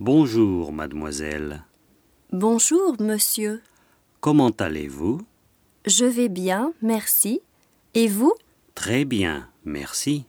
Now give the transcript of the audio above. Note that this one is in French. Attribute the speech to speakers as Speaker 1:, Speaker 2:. Speaker 1: Bonjour, mademoiselle.
Speaker 2: Bonjour, monsieur.
Speaker 1: Comment allez-vous
Speaker 2: Je vais bien, merci. Et vous
Speaker 1: Très bien, merci.